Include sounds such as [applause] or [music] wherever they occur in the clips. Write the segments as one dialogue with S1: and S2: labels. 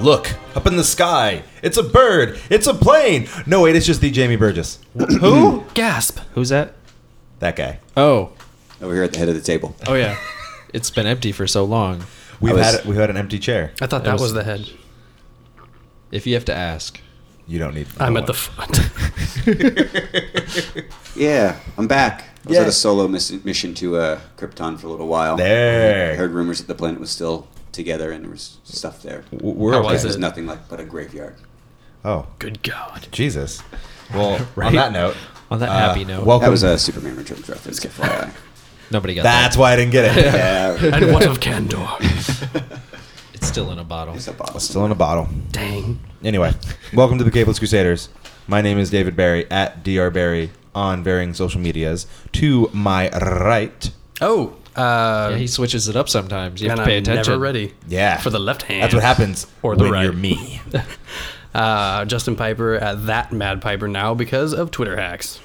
S1: Look, up in the sky. It's a bird. It's a plane. No, wait, it's just the Jamie Burgess.
S2: Who? Gasp.
S3: Who's that?
S1: That guy.
S2: Oh.
S4: Over here at the head of the table.
S2: Oh yeah. it's been empty for so long.
S1: We've
S4: I was-
S1: had we've had an empty chair.
S3: I thought that was,
S2: was-
S3: the head.
S2: If you have to ask.
S1: You don't need.
S3: I'm at the front.
S2: [laughs]
S1: [laughs]
S4: Yeah, I'm back. I was
S1: Yeah.
S4: at a solo miss- mission to uh, Krypton for a little while. I
S1: there.
S4: heard rumors that the planet was still together and there was stuff there.
S1: W- We're
S3: How
S1: okay.
S3: was
S4: It was
S3: it?
S4: nothing like but a graveyard.
S1: Oh,
S3: Good God.
S1: Jesus. Well, on
S2: Right?
S1: that note.
S2: On that
S1: uh,
S2: happy note.
S1: Welcome.
S4: That was a Superman Returns reference,
S1: [laughs]
S4: FYI.
S2: Nobody got
S1: That's why I didn't get
S4: [laughs]
S1: it.
S4: yeah,
S3: And what of Candor?
S2: that. It's still in a bottle.
S4: it's a bottle.
S1: Still in a bottle.
S3: [laughs] Dang.
S1: Anyway, welcome to the Capeless Crusaders. My name is David Barry at Dr. Barry on varying social medias. To my right,
S3: Oh, uh,
S2: Yeah, he switches it up sometimes. You have
S3: and
S2: to pay
S3: I'm
S2: attention.
S3: never ready.
S1: yeah,
S3: For the left hand.
S1: That's what happens
S3: Or the
S1: when
S3: right.
S1: you're me.
S3: [laughs] Uh, Justin Piper at that Mad Piper now because of Twitter hacks.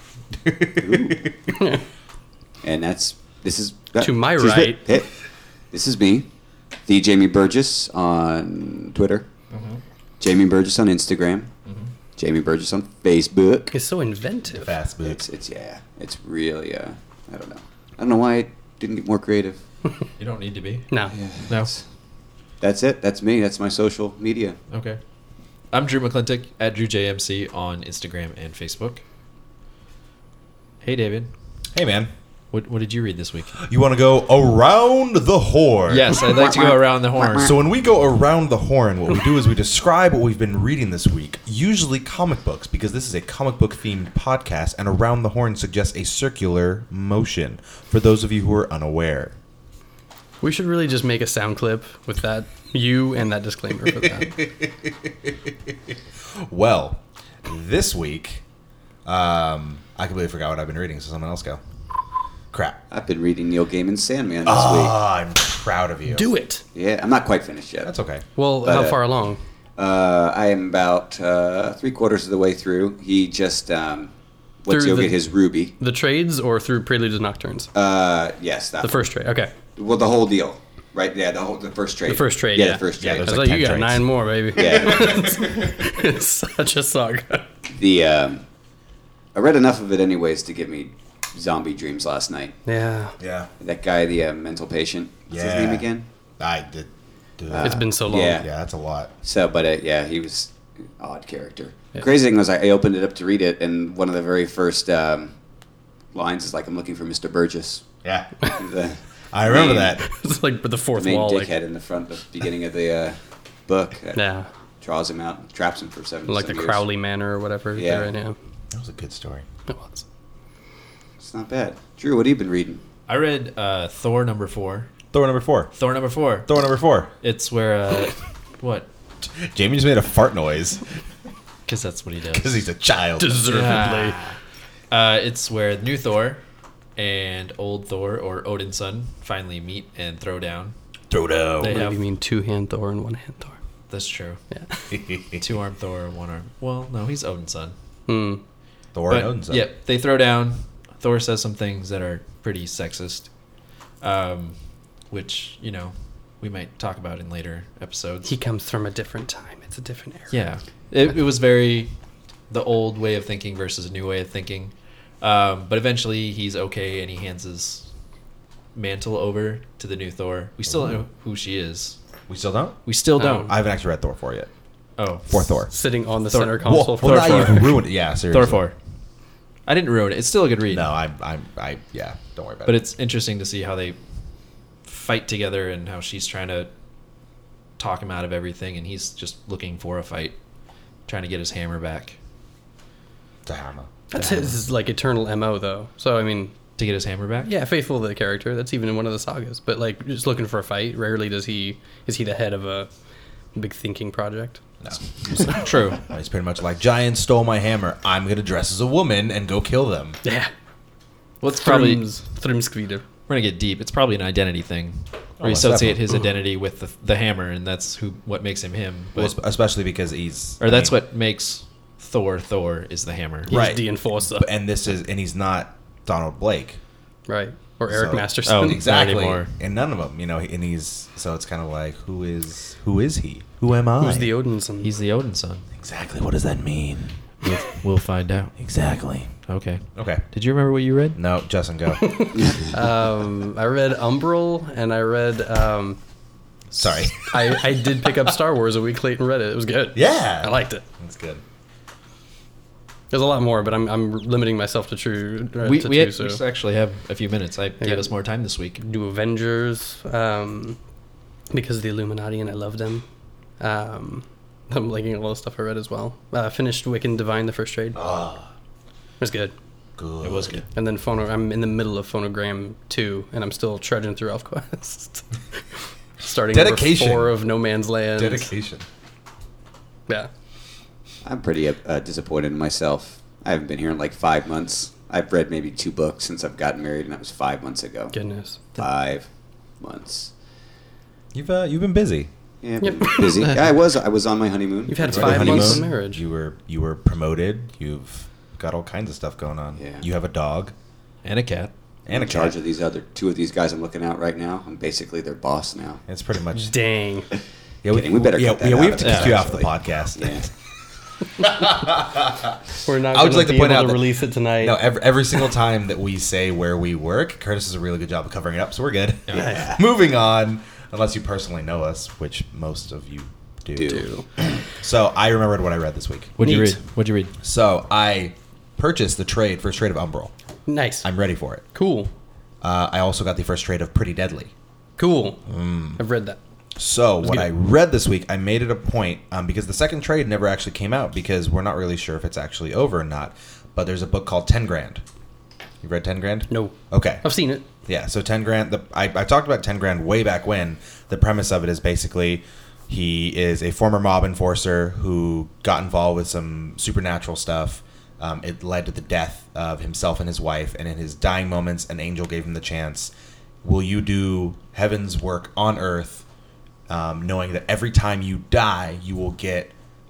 S4: And that's this is uh,
S3: To my
S4: this is it.
S3: right.
S4: Hey, this is me, the Jamie Burgess on Twitter,
S3: Mm-hmm.
S4: Jamie Burgess on Instagram, Jamie Burgess on Facebook.
S3: It's so inventive.
S1: Fast
S4: It's it's yeah, it's really uh, I don't know, I don't know why I didn't get more creative.
S2: You don't need to be.
S3: No.
S2: No.
S4: That's it. That's me. That's my social media.
S2: Okay. I'm Drew McClintock at DrewJMC on Instagram and Facebook. Hey, David.
S1: Hey, man.
S2: What, what did you read this week?
S1: You want to go around the horn?
S2: yes, I'd like to go around the horn.
S1: So when we go around the horn, what we do is we describe what we've been reading this week, usually comic books, because this is a comic book themed podcast, and around the horn suggests a circular motion for those of you who are unaware.
S3: We should really just make a sound clip with that, you and that disclaimer for that.
S1: Well, this week, um, I completely forgot what I've been reading, so someone else go. Crap.
S4: I've been reading Neil Gaiman's Sandman this
S1: Ah, I'm proud of you.
S3: Do it.
S4: week. Yeah, I'm not quite finished yet.
S1: That's okay.
S3: Well,
S4: But,
S3: how
S4: uh,
S3: far along?
S4: Uh, I am about uh, three quarters of the way through. He just um, went to
S3: Through
S4: go
S3: the-
S4: get his ruby.
S3: The trades or through Preludes and Nocturnes?
S4: Uh, yes, that
S3: the first trade. Okay.
S4: Well, the whole deal, right? Yeah, the whole the first trade. The
S3: first trade,
S4: Yeah,
S3: yeah.
S4: the first
S1: Yeah,
S4: trade.
S3: I
S1: there's
S3: was
S1: like 10
S3: like, you got
S1: trades.
S3: nine more, baby.
S4: [laughs]
S3: [laughs]
S4: Yeah,
S3: it's such a saga.
S4: the um, I read enough of it anyways to give me zombie dreams last night.
S3: Yeah.
S1: Yeah.
S4: That guy, the uh, mental patient. What's
S1: Yeah.
S4: his name again?
S1: I did. did
S3: It's been so long.
S4: yeah.
S1: yeah, that's a lot.
S4: So, but uh, yeah, he was an odd character. Crazy thing was, I I opened it up to read it, and one of the very first um, lines is like, "I'm looking for Mr. Burgess."
S1: Yeah.
S4: The
S3: [laughs]
S1: I remember
S4: main-
S1: that.
S3: It's like the fourth
S4: main
S3: wall.
S4: dickhead
S3: Like,
S4: in the front, the beginning of the uh, book. That
S3: yeah.
S4: Draws him out, traps him for seven.
S3: Like the
S4: some years.
S3: Crowley Manor or whatever.
S4: Yeah.
S3: Yeah. Right now.
S1: That was a good story.
S3: It was.
S4: It's not bad. Drew, what have you been reading?
S2: I read uh, Thor number four.
S1: Thor number four.
S2: Thor number four.
S1: Thor number four.
S2: It's where, uh, what?
S1: Jamie just made a fart noise
S2: Because that's what he
S1: because
S2: does.
S1: he's a child.
S3: Deservedly.
S2: Uh, it's where new Thor and old Thor or Odin's son finally meet and throw down.
S1: Throw down.
S2: They
S3: What do
S2: have
S3: you mean two hand Thor and one hand Thor?
S2: that's true.
S3: Yeah.
S1: [laughs]
S2: Two arm Thor, one arm. Well, no, he's Odin's son.
S3: Hmm.
S1: Thor
S2: But,
S1: and Odin's
S2: Yep, they throw down. Thor says some things that are pretty sexist, um, which you know we might talk about in later episodes.
S3: He comes from a different time. It's a different era.
S2: yeah, it, it was very the old way of thinking versus a new way of thinking. Um, but eventually, he's okay, and he hands his mantle over to the new Thor. We still don't know who she is.
S1: We still don't?
S2: We still
S3: Oh.
S2: don't.
S1: Um, I haven't actually read Thor 4 yet.
S2: oh,
S1: Or Thor.
S3: Sitting on the
S2: Thor-
S3: center
S1: Well,
S3: console
S1: well,
S3: for
S1: now you've ruined it. Yeah, seriously.
S2: Thor four. I didn't ruin it. It's still a good read.
S1: No, I, I, I, yeah, don't worry about
S2: But
S1: it.
S2: it's interesting to see how they fight together and how she's trying to talk him out of everything, and he's just looking for a fight, trying to get his hammer back
S1: It's a hammer.
S3: That's his like eternal mo though. So I mean,
S2: to get his hammer back.
S3: yeah, faithful to the character. That's even in one of the sagas. But like, just looking for a fight. Rarely does he is he the head of a big thinking project.
S1: No.
S2: [laughs] true.
S1: He's pretty much like, Giant stole my hammer. I'm going to dress as a woman and go kill them.
S3: Yeah,
S2: Well, it's probably
S3: Thrums- Thrumskvide.
S2: we're gonna get deep. It's probably an identity thing. Where you
S1: Almost
S2: associate
S1: definitely.
S2: his identity with the, the hammer, and that's who what makes him him.
S1: Well,
S2: But,
S1: esp- especially because he's.
S2: or
S1: I
S2: that's
S1: mean,
S2: what makes Thor Thor is the hammer.
S3: He's
S1: Right.
S3: the enforcer.
S1: And this is, and he's not Donald Blake.
S3: Right. or Eric
S1: So-
S3: Masterson.
S2: Oh, exactly.
S1: exactly.
S2: anymore.
S1: And none of them, you know. And he's so it's kind of like who is who is he? Who am I?
S3: Who's the Odinson?
S2: He's the Odin son.
S1: exactly? What does that mean?
S2: We'll, we'll find out.
S1: Exactly.
S2: Okay.
S1: Okay.
S2: Did you remember what you read?
S1: No, Justin,
S2: [laughs]
S1: go.
S3: um, I read Umbral and I read. Um,
S1: Sorry. [laughs]
S3: I, I did pick up Star Wars a week late and read it. It was good.
S1: Yeah.
S3: I liked it.
S1: That's good.
S3: There's a lot more, but I'm, I'm limiting myself to true. uh,
S2: We,
S3: to
S2: we,
S3: two,
S2: had-
S3: so.
S2: we just actually have a few minutes. I gave
S3: got-
S2: us more time this week.
S3: do Avengers um, because of the Illuminati and I love them. Um, I'm liking a lot of stuff I read as well. Uh, finished Wiccan Divine, the first trade. It
S1: Oh,
S3: was good.
S1: good.
S2: It was good.
S3: And then phono- I'm in the middle of Phonogram 2, and I'm still trudging through ElfQuest. [laughs] Starting
S1: Dedication.
S3: Number four of No Man's Land.
S1: Dedication.
S3: Yeah.
S4: I'm pretty uh, disappointed in myself. I haven't been here in like five months. I've read maybe two books since I've gotten married, and that was five months ago.
S3: Goodness.
S1: Uh,
S4: Five months.
S1: You've uh, you've been busy.
S4: Yeah, I've been busy. Yeah, I was. I was on my honeymoon.
S3: You've had
S1: You
S4: Right.
S1: were on
S3: five months of
S1: honeymoon.
S3: marriage.
S1: You were you were promoted. You've got all kinds of stuff going on.
S4: Yeah.
S1: You have a dog
S2: And a cat.
S1: and a
S4: in charge
S1: cat.
S4: of these other two of these guys I'm looking at right now. I'm basically their boss now.
S1: It's pretty much.
S3: Dang.
S1: Yeah, we,
S4: Kidding, we better
S1: Yeah,
S4: cut that
S1: yeah, we
S4: out
S1: have to
S4: of
S1: kick
S4: it,
S1: you off the
S4: actually.
S1: podcast.
S4: Yeah. [laughs]
S3: We're not
S1: I would
S3: going
S1: like to
S3: to be
S1: point
S3: able
S1: out
S3: to
S1: that-
S3: release it
S1: [laughs]
S3: tonight.
S1: No, every, every single time that we say where we work, Curtis does a really good job of covering it up, so we're good.
S4: Yeah.
S1: [laughs] Moving on, unless you personally know us, which most of you do.
S4: Do.
S1: So I remembered what I read this week.
S2: What'd you read?
S3: Neat.
S2: What'd you read?
S1: So I purchased the trade, first trade of Umbral.
S3: nice.
S1: I'm ready for it.
S3: cool.
S1: Uh, I also got the first trade of Pretty Deadly.
S3: Cool.
S1: Mm.
S3: I've read that.
S1: So what
S3: good.
S1: I read this week, I made it a point um, because the second trade never actually came out because we're not really sure if it's actually over or not. But there's a book called Ten Grand. You read Ten Grand?
S3: No.
S1: Okay.
S3: I've seen it.
S1: Yeah, so ten grand. The, I, I talked about ten grand way back when. The premise of it is basically he is a former mob enforcer who got involved with some supernatural stuff. Um, it led to the death of himself and his wife, and in his dying moments, an angel gave him the chance. Will you do heaven's work on earth, um, knowing that every time you die, you will get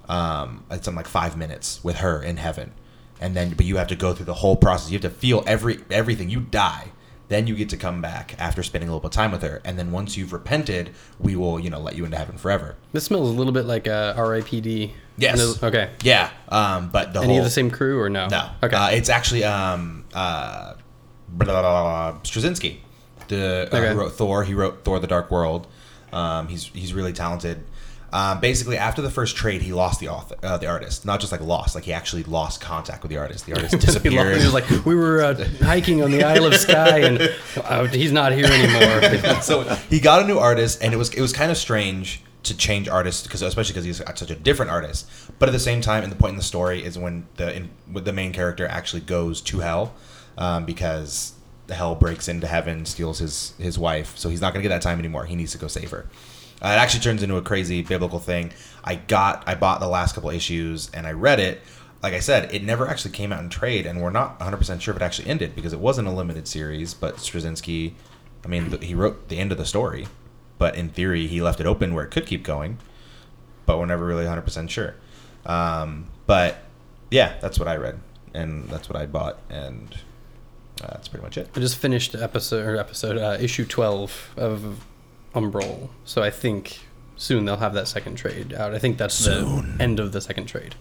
S1: um, it's something like five minutes with her in heaven, and then but you have to go through the whole process. You have to feel every everything. You die, then you get to come back after spending a little bit of time with her, and then once you've repented, we will you know let you into heaven forever.
S3: This smells a little bit like uh, a R.I.P.D.
S1: Yes.
S3: And it- Okay.
S1: Yeah. Um. But the
S3: Any
S1: whole
S3: of the same crew or no?
S1: no.
S3: Okay.
S1: Uh, it's actually um uh blah, blah, blah, blah, Straczynski, the uh,
S3: Okay.
S1: who wrote Thor. He wrote Thor: The Dark World. Um, he's he's really talented. Um, basically, after the first trade, he lost the author, uh, the artist. Not just like lost, like he actually lost contact with the artist. The artist
S3: [laughs] he lo-
S1: disappeared.
S3: he was like, we were uh, hiking on the Isle of Skye, and [laughs] uh, he's not here
S1: [laughs]
S3: anymore.
S1: so he got a new artist, and it was it was kind of strange to change artists because especially because he's such a different artist. But at the same time, and the point in the story is when the in, when the main character actually goes to hell um, because the hell breaks into heaven, steals his his wife, so he's not going to get that time anymore. He needs to go save her. Uh, it actually turns into a crazy biblical thing. I got I bought the last couple issues and I read it. Like I said, it never actually came out in trade, and we're not 100% sure if it actually ended because it wasn't a limited series. But Straczynski I mean, th- he wrote the end of the story, but in theory, he left it open where it could keep going, but we're never really 100% sure. Um, but yeah, that's what I read, and that's what I bought, and uh, that's pretty much it.
S3: I just finished episode or episode uh, issue twelve of Umbral, so I think soon they'll have that second trade out. I think that's the end of the second trade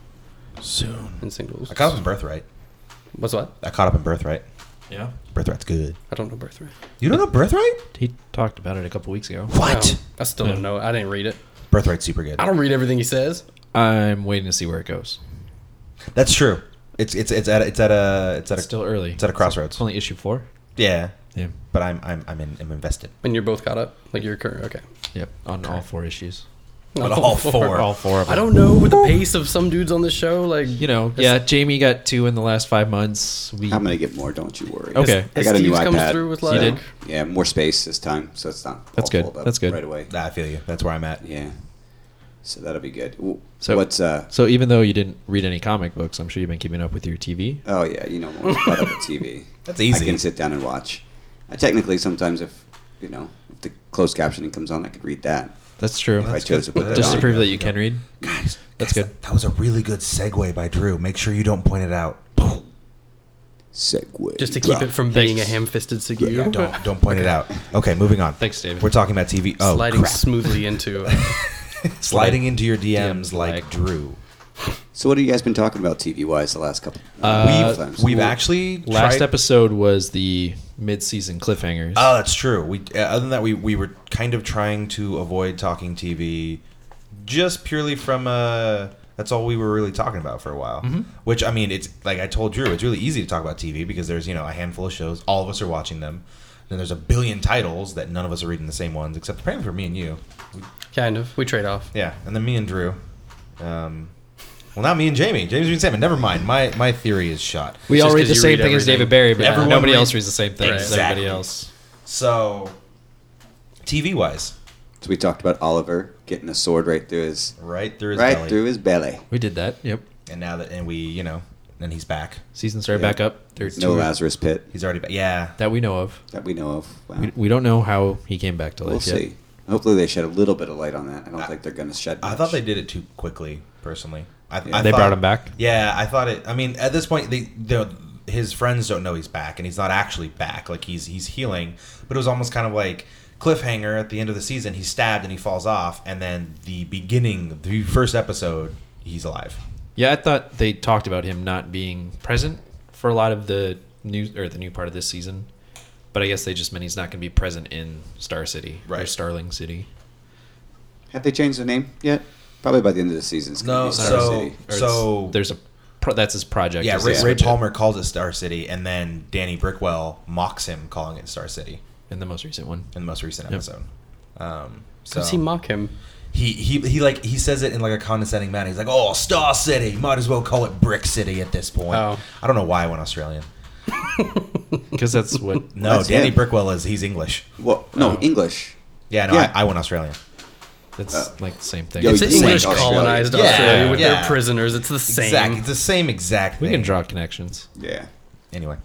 S1: Soon.
S3: in singles.
S1: I caught up in Birthright.
S3: What's what?
S1: I caught up in Birthright.
S2: Yeah.
S1: Birthright's good.
S3: I don't know birthright.
S1: You don't know Birthright?
S2: He talked about it a couple weeks ago.
S1: What?
S3: I still don't know. I didn't read it.
S1: Birthright's super good.
S3: I don't read everything he says.
S2: I'm waiting to see where it goes.
S1: That's true. It's it's it's at a- it's at a it's at a
S2: It's still early.
S1: It's at a crossroads.
S2: It's only issue four.
S1: Yeah,
S2: Yeah.
S1: but I'm I'm I'm, in, I'm invested.
S3: And you're both caught up. Like you're current. Okay.
S2: Yep. On all four issues.
S1: But all four.
S2: All four of them.
S3: I don't know with the pace of some dudes on this show. Like
S2: You know. Yeah. Jamie got two in the last five months. We.
S4: I'm gonna get more. Don't you worry.
S2: Okay.
S4: I got a new
S3: Steve comes
S4: iPad.
S3: through with,
S4: so-
S3: like-
S2: You did?
S4: Yeah, more space this time, so it's not.
S2: That's
S4: all
S2: good.
S4: folded up
S2: That's good.
S4: Right away.
S1: Nah, I feel you. That's where I'm at.
S4: Yeah. So that'll be good. W-
S2: So-
S4: what's uh?
S2: So even though you didn't read any comic books, I'm sure you've been keeping up with your TV.
S4: Oh yeah, you know when we brought up a
S2: [laughs]
S4: TV.
S1: That's easy.
S4: I can sit down and watch. I technically sometimes if you know if the closed captioning comes on, I could read that.
S2: That's true.
S4: If I chose to put that
S2: Just
S4: on.
S2: to prove that you can read.
S1: Guys,
S2: That's
S1: guys,
S2: good.
S1: That was a really good segue by Drew. Make sure you don't point it out.
S4: Segway.
S3: Just to keep it from being a
S2: Thanks.
S3: ham-fisted segue.
S1: Don't don't point it out. Okay, moving on.
S2: Thanks, David.
S1: We're talking about TV. Oh,
S3: sliding
S1: crap.
S3: smoothly into. uh,
S1: sliding into your DMs
S2: DMs
S1: like,
S2: like-
S1: Drew.
S4: So what have you guys been talking about TV wise the last couple?
S2: Uh,
S1: we've
S4: times?
S1: we've actually
S2: Last
S1: tried-
S2: episode was the mid-season cliffhangers.
S1: Oh, that's true. We uh, other than that, we we were kind of trying to avoid talking TV, just purely from uh That's all we were really talking about for a while. Which I mean, it's like I told Drew, it's really easy to talk about TV because there's you know a handful of shows, all of us are watching them. Then there's a billion titles that none of us are reading the same ones, except apparently for me and you.
S3: kind of. We trade off.
S1: Yeah, and then me and Drew. Um, well, not me and Jamie. Jamie's been Salmon. Never mind. My my theory is shot.
S2: we
S3: Just
S2: all read
S3: 'cause
S2: the
S3: you
S2: same
S3: read
S2: thing as
S3: everything.
S2: David Barry, but
S1: Everyone
S2: nobody
S1: reads-
S2: else reads the same thing as
S1: Exactly.
S2: everybody else.
S1: So, TV wise,
S4: So we talked about Oliver getting a sword right through his
S1: right through his
S4: right
S1: belly,
S4: through his belly.
S2: We did that. Yep.
S1: and now that and we you know, and he's back.
S2: Season started
S4: Yeah.
S2: back up. There's
S4: No
S2: two
S4: Lazarus pit
S1: He's already back. Yeah,
S2: that we know of.
S4: that we know of. Wow.
S2: We, we don't know how he came back to
S4: We'll
S2: life yet.
S4: see. Hopefully they shed a little bit of light on that. I don't think they're going to shed.
S1: I
S4: much.
S1: thought they did it too quickly. Personally, I, I
S2: They
S1: thought-
S2: brought him back?
S1: Yeah, I thought it. I mean, at this point, they, the his friends don't know he's back, and he's not actually back. Like he's he's healing, but it was almost kind of like cliffhanger at the end of the season. He's stabbed and he falls off, and then the beginning, the first episode, he's alive.
S2: Yeah, I thought they talked about him not being present for a lot of the new or the new part of this season, but I guess they just meant he's not going to be present in Star City or
S1: Right.
S2: Starling City.
S4: Have they changed the name yet? Probably by the end of the season. It's gonna
S1: No,
S4: be Star
S1: so
S2: Or
S4: City.
S2: it's-
S1: so
S2: there's a pro, that's his project.
S1: yeah,
S2: is to
S1: Ray, Ray
S2: switch it
S1: Palmer calls it Star City, and then Danny Brickwell mocks him, calling it Star City
S2: in the most recent one.
S1: in the most recent
S2: Yep.
S1: episode. Um, so
S3: Does he mock him?
S1: he he he like he says it in like a condescending manner. He's like, "Oh, Star City, might as well call it Brick City at this point."
S3: Oh.
S1: I don't know why I went Australian.
S2: Because that's what
S1: No,
S4: That's
S1: Danny
S4: him.
S1: Brickwell is he's English.
S4: Well, no
S2: Oh.
S4: English.
S1: Yeah, no,
S4: Yeah.
S1: I, I went Australian.
S2: that's
S4: Uh,
S2: like the same thing.
S1: Oh,
S4: Yo,
S3: It's
S4: you
S3: an
S4: can
S3: English
S4: say Australia.
S3: colonized
S1: Yeah,
S3: Australia with
S1: yeah.
S3: their prisoners. It's the same.
S1: Exactly, it's the same exact.
S2: we
S1: thing.
S2: can draw connections.
S4: Yeah,
S1: anyway.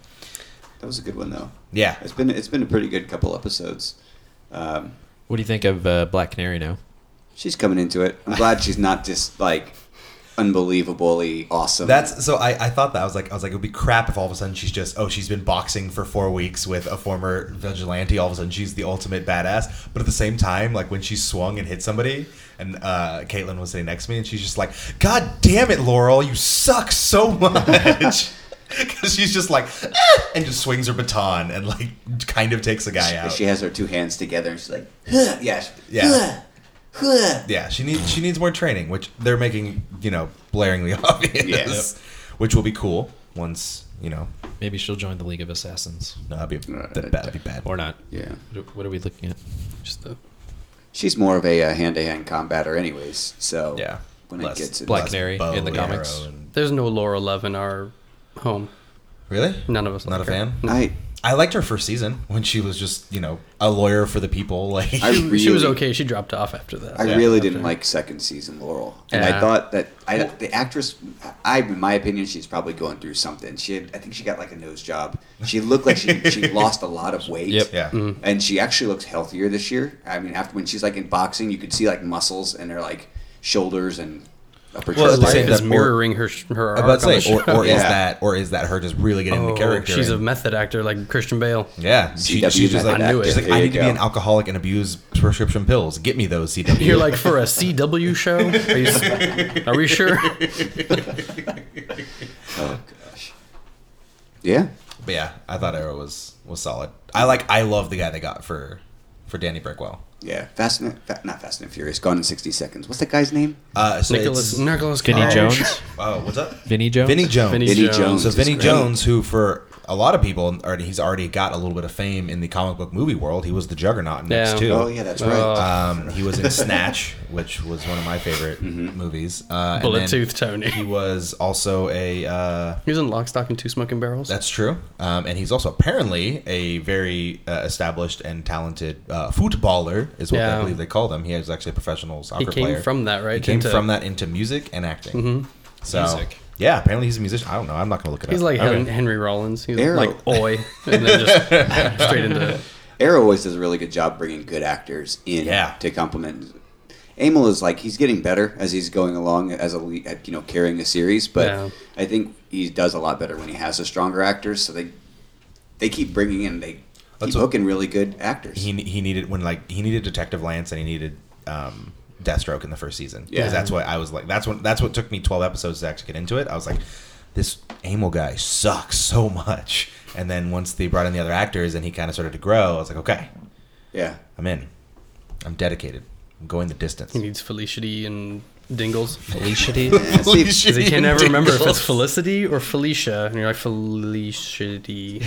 S4: that was a good one though.
S1: Yeah,
S4: It's been it's been a pretty good couple episodes. Um,
S2: What do you think of uh, Black Canary now?
S4: she's coming into it. I'm glad she's not just like unbelievably awesome.
S1: that's so. I, I thought that I was like I was like it would be crap if all of a sudden she's just oh she's been boxing for four weeks with a former vigilante. All of a sudden she's the ultimate badass. But at the same time, like when she swung and hit somebody, and uh, Caitlin was sitting next to me, and she's just like, "God damn it, Laurel, you suck so
S4: [laughs]
S1: much." [laughs] Because she's just like, "Ah," and just swings her baton and like kind of takes a guy out.
S4: she has her two hands together and she's
S1: [laughs]
S4: like, huh, yeah, she- [laughs]
S1: Yeah.
S4: huh, huh.
S1: Yeah, she needs she needs more training, which they're making you know blaringly [laughs] obvious,
S4: Yes.
S1: which will be cool once you know.
S2: Maybe she'll join the League of Assassins
S1: No, that'd be
S4: Right.
S1: that'd, that'd be bad.
S2: or not.
S4: yeah.
S2: What are- What are we looking at?
S3: Just the
S4: She's more of a uh, hand-to-hand combatter, anyways. So
S1: Yeah,
S4: when
S1: Less-
S4: it gets
S2: Black
S1: less
S4: into,
S2: Canary
S1: bow
S2: in the
S1: and
S2: comics.
S1: Oh, arrow and-
S3: There's no Laura Love in our home.
S1: Really?
S3: None of us.
S1: Not
S3: like
S1: a
S3: her.
S1: fan?
S3: No.
S4: I
S1: I liked her first season when she was just you know a lawyer for the people. [laughs] Like
S4: I
S3: She, she was
S4: really-
S3: okay. She dropped off after that.
S4: I
S1: Yeah,
S4: really didn't like second season Laurel, and I
S3: Yeah.
S4: thought that I, the actress, I in my opinion, she's probably going through something. She, had, I think she got like a nose job. She looked like she,
S1: [laughs]
S4: she lost a lot of weight.
S2: Yep.
S1: yeah,
S4: And she actually looks healthier this year. I mean, after when she's like in boxing, you could see like muscles and her like shoulders and upper
S1: Well,
S4: well,
S1: at the
S3: Life
S1: same-
S4: chest.
S1: that-
S3: is
S1: or-
S3: mirroring her sh- her
S1: I was
S3: arc
S1: about
S3: on
S1: to
S3: the
S1: say, or,
S3: show.
S1: or is
S4: Yeah.
S1: that or is that her just really getting the
S3: Oh,
S1: character?
S3: She's a
S1: and-
S3: method actor like Christian Bale.
S1: yeah, she,
S4: CW
S1: she's just like,
S4: method
S1: I
S3: actor.
S1: she's like, I
S4: There you
S1: need to be
S4: go.
S1: an alcoholic and abuse prescription pills. Get me those CW.
S3: [laughs] You're like for a CW show? Are, you, s- are we
S1: [laughs]
S3: sure?
S4: Oh gosh. Yeah.
S1: But yeah, I thought Arrow was was solid. I like I love the guy they got for for Danny Brickwell.
S4: Yeah. Fast and fa- not Fast and Furious. Gone in sixty seconds. What's that guy's name?
S1: Uh, so
S3: Nicholas
S1: it's-
S3: Nicholas
S2: Vinny
S3: Cage.
S2: Jones.
S1: Oh, what's up?
S2: Vinny Jones.
S1: Vinny Jones.
S3: Vinny
S4: Vinny
S3: Jones.
S4: Jones.
S1: so
S4: is
S1: Vinny
S4: great.
S1: Jones, who for a lot of people already he's already got a little bit of fame in the comic book movie world. He was the Juggernaut in
S3: Yeah.
S1: X two.
S4: Oh yeah, that's right.
S3: Oh.
S1: Um, he was in Snatch, which was one of my favorite movies. Uh, and
S3: Bullet
S1: then
S3: Tooth Mm-hmm. Tony.
S1: He was also a. Uh,
S3: He was in Lock, Stock, and Two Smoking Barrels.
S1: that's true, um, and he's also apparently a very uh, established and talented uh, footballer, is what
S3: Yeah.
S1: I believe they call them. He is actually a professional soccer
S3: he came
S1: player.
S3: from that, right?
S1: He came
S3: into- Mm-hmm.
S1: from that into music and acting. So
S2: Music.
S1: yeah, apparently he's a musician. I don't know. I'm not gonna look it
S3: He's
S1: up.
S3: like
S2: Okay.
S3: Hen- Henry Rollins. He's
S4: Arrow.
S3: like oi, and then just straight into
S4: Arrow always does a really good job bringing good actors in
S1: Yeah.
S4: to complement. Amel is like he's getting better as he's going along as a lead, at, you know carrying the series, but
S3: Yeah.
S4: I think he does a lot better when he has a stronger actor. So they they keep bringing in they keep
S1: That's what-
S4: hooking really good actors.
S1: he he needed when like he needed Detective Lance and he needed um, Deathstroke in the first season.
S4: Yeah.
S1: Yeah, that's what I was like. That's what that's what took me twelve episodes to actually get into it. I was like, this Amel guy sucks so much. And then once they brought in the other actors and he kind of started to grow, I was like, okay,
S4: yeah,
S1: I'm in. I'm dedicated. I'm going the distance.
S3: He
S1: [laughs]
S3: needs Felicity and Dingles.
S2: Felicity.
S4: Yeah, see,
S3: [laughs] Because he can never remember if it's
S1: Dingles.
S3: Felicity or Felicia. And you're like, Felicity.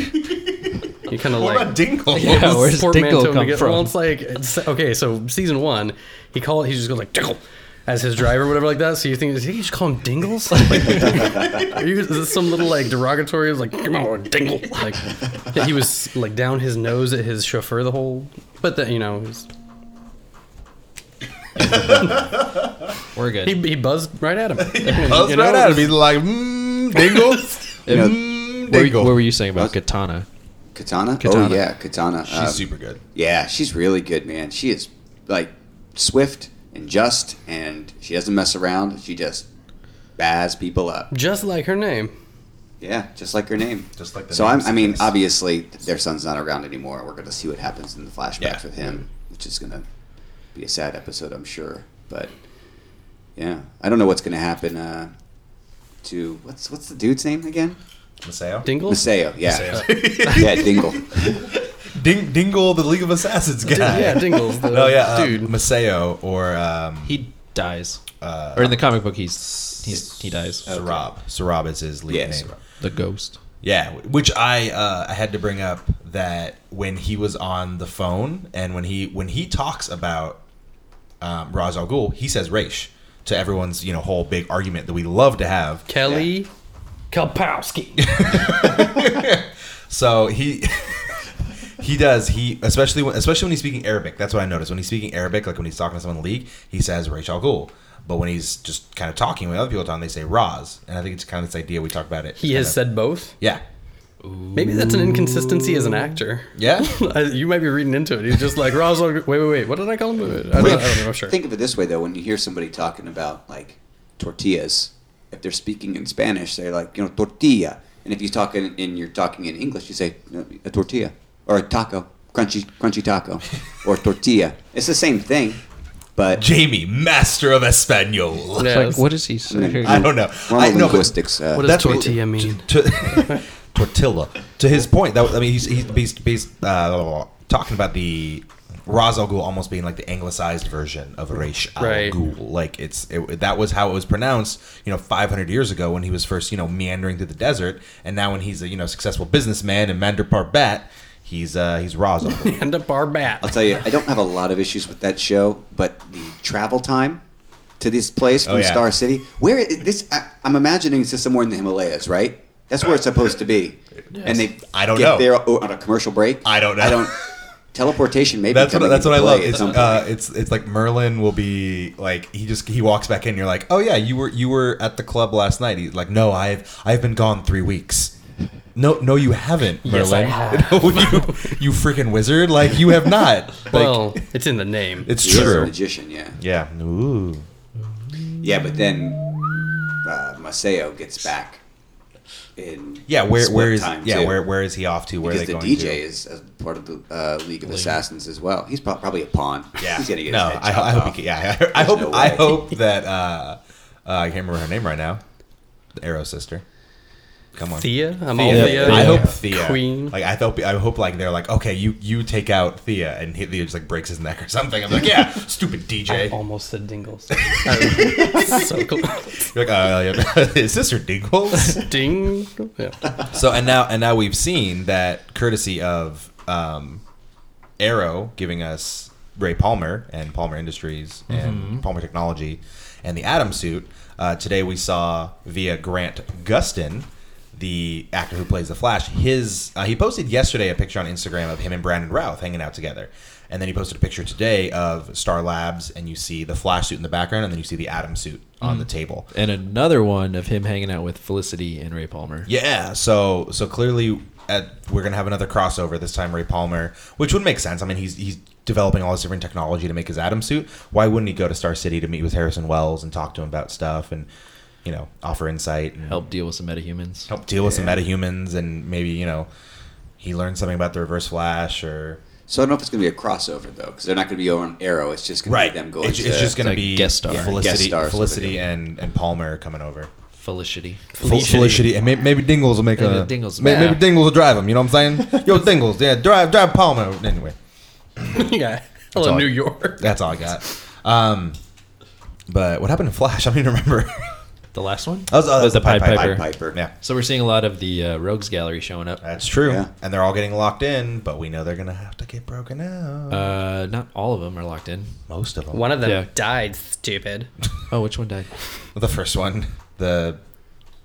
S3: you kind of
S1: What
S3: like.
S1: about Dingle?
S2: Yeah.
S3: Well,
S2: where's
S3: portmanteau
S2: Dingle come
S3: together-
S2: from?
S3: Well, it's like it's, okay, so season one, he called. He just goes like Dingle as his driver, or whatever like that. So you think did he just call him Dingles? Like, [laughs] are you, is this some little like derogatory? Like come on, Dingle. Like yeah, he was like down his nose at his chauffeur the whole. But then you know he, was,
S2: We're good. Um,
S3: he, he buzzed right at him. [laughs]
S1: Buzzed
S3: You know,
S1: right out of
S3: it
S1: me, like mm,
S3: [laughs]
S1: Dingles.
S4: You know,
S1: Mm,
S2: what, were,
S1: Dingle.
S2: what were you saying about
S4: Us-
S2: Katana?
S4: Katana. Oh
S2: Katana.
S4: yeah, Katana.
S1: She's
S3: Uh,
S4: Um,
S1: super good.
S4: Yeah, she's really good, man. She is like swift and just, and she doesn't mess around. She just baz people up.
S3: was Just like her name.
S4: Yeah, just like her name.
S1: Just like the
S4: So I'm,
S1: names
S4: I mean,
S1: suggest.
S4: obviously their son's not around anymore. We're going to see what happens in the flashbacks
S1: Yeah.
S4: with him, which is going to be a sad episode, I'm sure. But yeah, I don't know what's going to happen uh, to what's what's the dude's name again?
S1: Masao.
S3: Dingles.
S4: Maseo. Yeah,
S1: Masao.
S4: [laughs] yeah, Dingle.
S1: Ding, Dingle, the League of Assassins guy.
S3: yeah,
S1: [laughs]
S3: Dingles, the
S1: oh yeah, um,
S3: dude.
S1: Maseo or um,
S2: He dies.
S1: uh,
S2: or in the comic book, he's he's he dies.
S1: Sarab. Sarab is his lead
S4: Yeah,
S1: name.
S4: Sarab.
S2: The ghost.
S1: Yeah, wh- which I uh, I had to bring up that when he was on the phone and when he when he talks about um, Ra's al Ghul, he says Raish to everyone's you know whole big argument that we love to have.
S3: Kelly Kapowski.
S1: So he [laughs] he does he especially when especially when he's speaking Arabic. That's what I noticed when he's speaking Arabic, like when he's talking to someone in the league, he says Raish al Ghul. But when he's just kind of talking with other people, down they say Raz, and I think it's kind of this idea we talked about it.
S3: He
S1: Kind
S3: has
S1: of-
S3: said both.
S1: yeah,
S3: Maybe that's an inconsistency as an actor. [laughs]
S1: yeah.
S3: you might be reading into it. He's just like Ross. Wait, wait, wait. What did I call him? I don't, I don't know. I'm sure.
S4: Think of it this way, though: when you hear somebody talking about like tortillas, if they're speaking in Spanish, they're like, you know, tortilla. And if you talk in, and you're talking in English, you say you know, a tortilla or a taco, crunchy, crunchy taco, or tortilla. It's the same thing, but
S1: Jamie, master of Espanol.
S3: Yeah,
S2: Like, what is he
S1: [laughs]
S2: saying?
S1: I don't know.
S4: Well,
S1: I know, but-
S4: linguistics. uh,
S3: What does tortilla mean?
S1: To, [laughs] tortilla. To his point, that was- I mean, he's, he's, he's, he's uh, talking about the Ra's al Ghul almost being like the anglicized version of Raish al
S3: Right.
S1: Ghul. Like it's it, that was how it was pronounced, you know, 500 years ago when he was first, you know, meandering through the desert, and now when he's a you know successful businessman in Mandar Parbat, he's uh, he's Ra's al Ghul.
S3: End up our
S4: I'll
S3: bat.
S4: tell you, I don't have a lot of issues with that show, but the travel time to this place from
S1: Oh, yeah.
S4: Star City, where is this? I, I'm imagining it's just somewhere in the Himalayas, right? That's where it's supposed to be. And they,
S1: I don't
S4: get
S1: know.
S4: there o- on a commercial break.
S1: I don't know.
S4: I don't. Teleportation, maybe.
S1: That's what
S4: coming
S1: that's
S4: into
S1: what I
S4: play
S1: love.
S4: at
S1: It's,
S4: some
S1: uh,
S4: point.
S1: it's it's like Merlin will be like he just he walks back in. You're like, oh yeah, you were you were at the club last night. He's like, no, I've I've been gone three weeks. No, no, you haven't, Merlin.
S3: [laughs] Yes, I have.
S1: No, [laughs] you, you freaking wizard! Like you have
S3: [laughs]
S1: not. Like
S3: Well, it's in the name.
S1: it's
S4: He is a
S1: true.
S4: magician, yeah.
S1: Yeah. Ooh.
S4: Yeah, but then uh, Maseo gets back in.
S1: Yeah. Where
S4: split
S1: where is
S4: time,
S1: yeah
S4: too.
S1: where where is he off to? Where
S4: Because
S1: are they
S4: the
S1: going
S4: DJ
S1: to?
S4: is as part of the uh, League of Assassins as well. He's prob- probably a pawn.
S1: [laughs] Yeah.
S4: he's gonna get
S1: no,
S4: his head
S1: I,
S4: chopped
S1: I hope
S4: off.
S1: he can, yeah. I, hope
S4: no
S1: I
S4: way. [laughs]
S1: hope that uh, uh, I can't remember her name right now. The Arrow sister. Come on.
S3: Thea. I'm all
S1: Thea.
S3: Thea.
S1: I
S2: Thea.
S1: hope Thea.
S3: Queen.
S1: Like I hope I hope like they're like okay you you take out Thea and he, Thea just like breaks his neck or something. I'm like yeah stupid
S3: I [laughs]
S1: DJ.
S3: almost
S1: [laughs]
S3: said Dingles. I was so close.
S1: You're like uh, [laughs] yeah. is this her Dingles?
S3: Ding. Yeah. [laughs]
S1: so and now and now we've seen that courtesy of um, Arrow giving us Ray Palmer and Palmer Industries and Palmer Technology and the Atom suit. Uh, today we saw via Grant Gustin, the actor who plays the Flash. His uh, he posted yesterday a picture on Instagram of him and Brandon Routh hanging out together. And then he posted a picture today of Star Labs, and you see the Flash suit in the background, and then you see the Atom suit on the table.
S2: And another one of him hanging out with Felicity and Ray Palmer.
S1: Yeah, so so clearly at, we're gonna have another crossover this time. Ray Palmer, which would make sense. I mean, he's he's developing all this different technology to make his Atom suit, why wouldn't he go to Star City to meet with Harrison Wells and talk to him about stuff and you know offer insight and
S2: help deal with some metahumans.
S1: help deal with some metahumans and maybe you know he learned something about the Reverse Flash or
S4: So I don't know if it's going to be a crossover though, because they're not going to be on Arrow. It's just going to be them going.
S1: It's,
S4: to,
S1: it's just going to
S2: like
S1: be
S2: guest star. Yeah,
S1: Felicity,
S4: guest stars.
S1: Felicity and and Palmer coming over.
S2: Felicity.
S1: Felicity, Felicity and maybe, maybe Dingles will make
S2: Maybe
S1: a
S2: Dingles,
S1: may-
S2: yeah.
S1: Maybe Dingles will drive him. You know what I'm
S2: [laughs]
S1: saying? Yo, Dingles, yeah, drive drive Palmer anyway.
S3: yeah. Hello,
S1: all-
S3: New York.
S1: That's all I got. Um, but what happened to Flash? [laughs] I don't even remember.
S2: The last one.
S1: That was, uh,
S2: Was the Pied
S1: Pied
S2: Piper.
S4: Piper.
S1: Yeah,
S2: So we're seeing a lot of the uh, Rogues Gallery showing up.
S1: that's true.
S4: Yeah.
S1: And they're all getting locked in, but we know they're gonna have to get broken out.
S2: Uh, not all of them are locked in.
S1: Most of them.
S3: One of them
S2: Yeah.
S3: died, stupid.
S2: Oh, which one died?
S1: the first one. The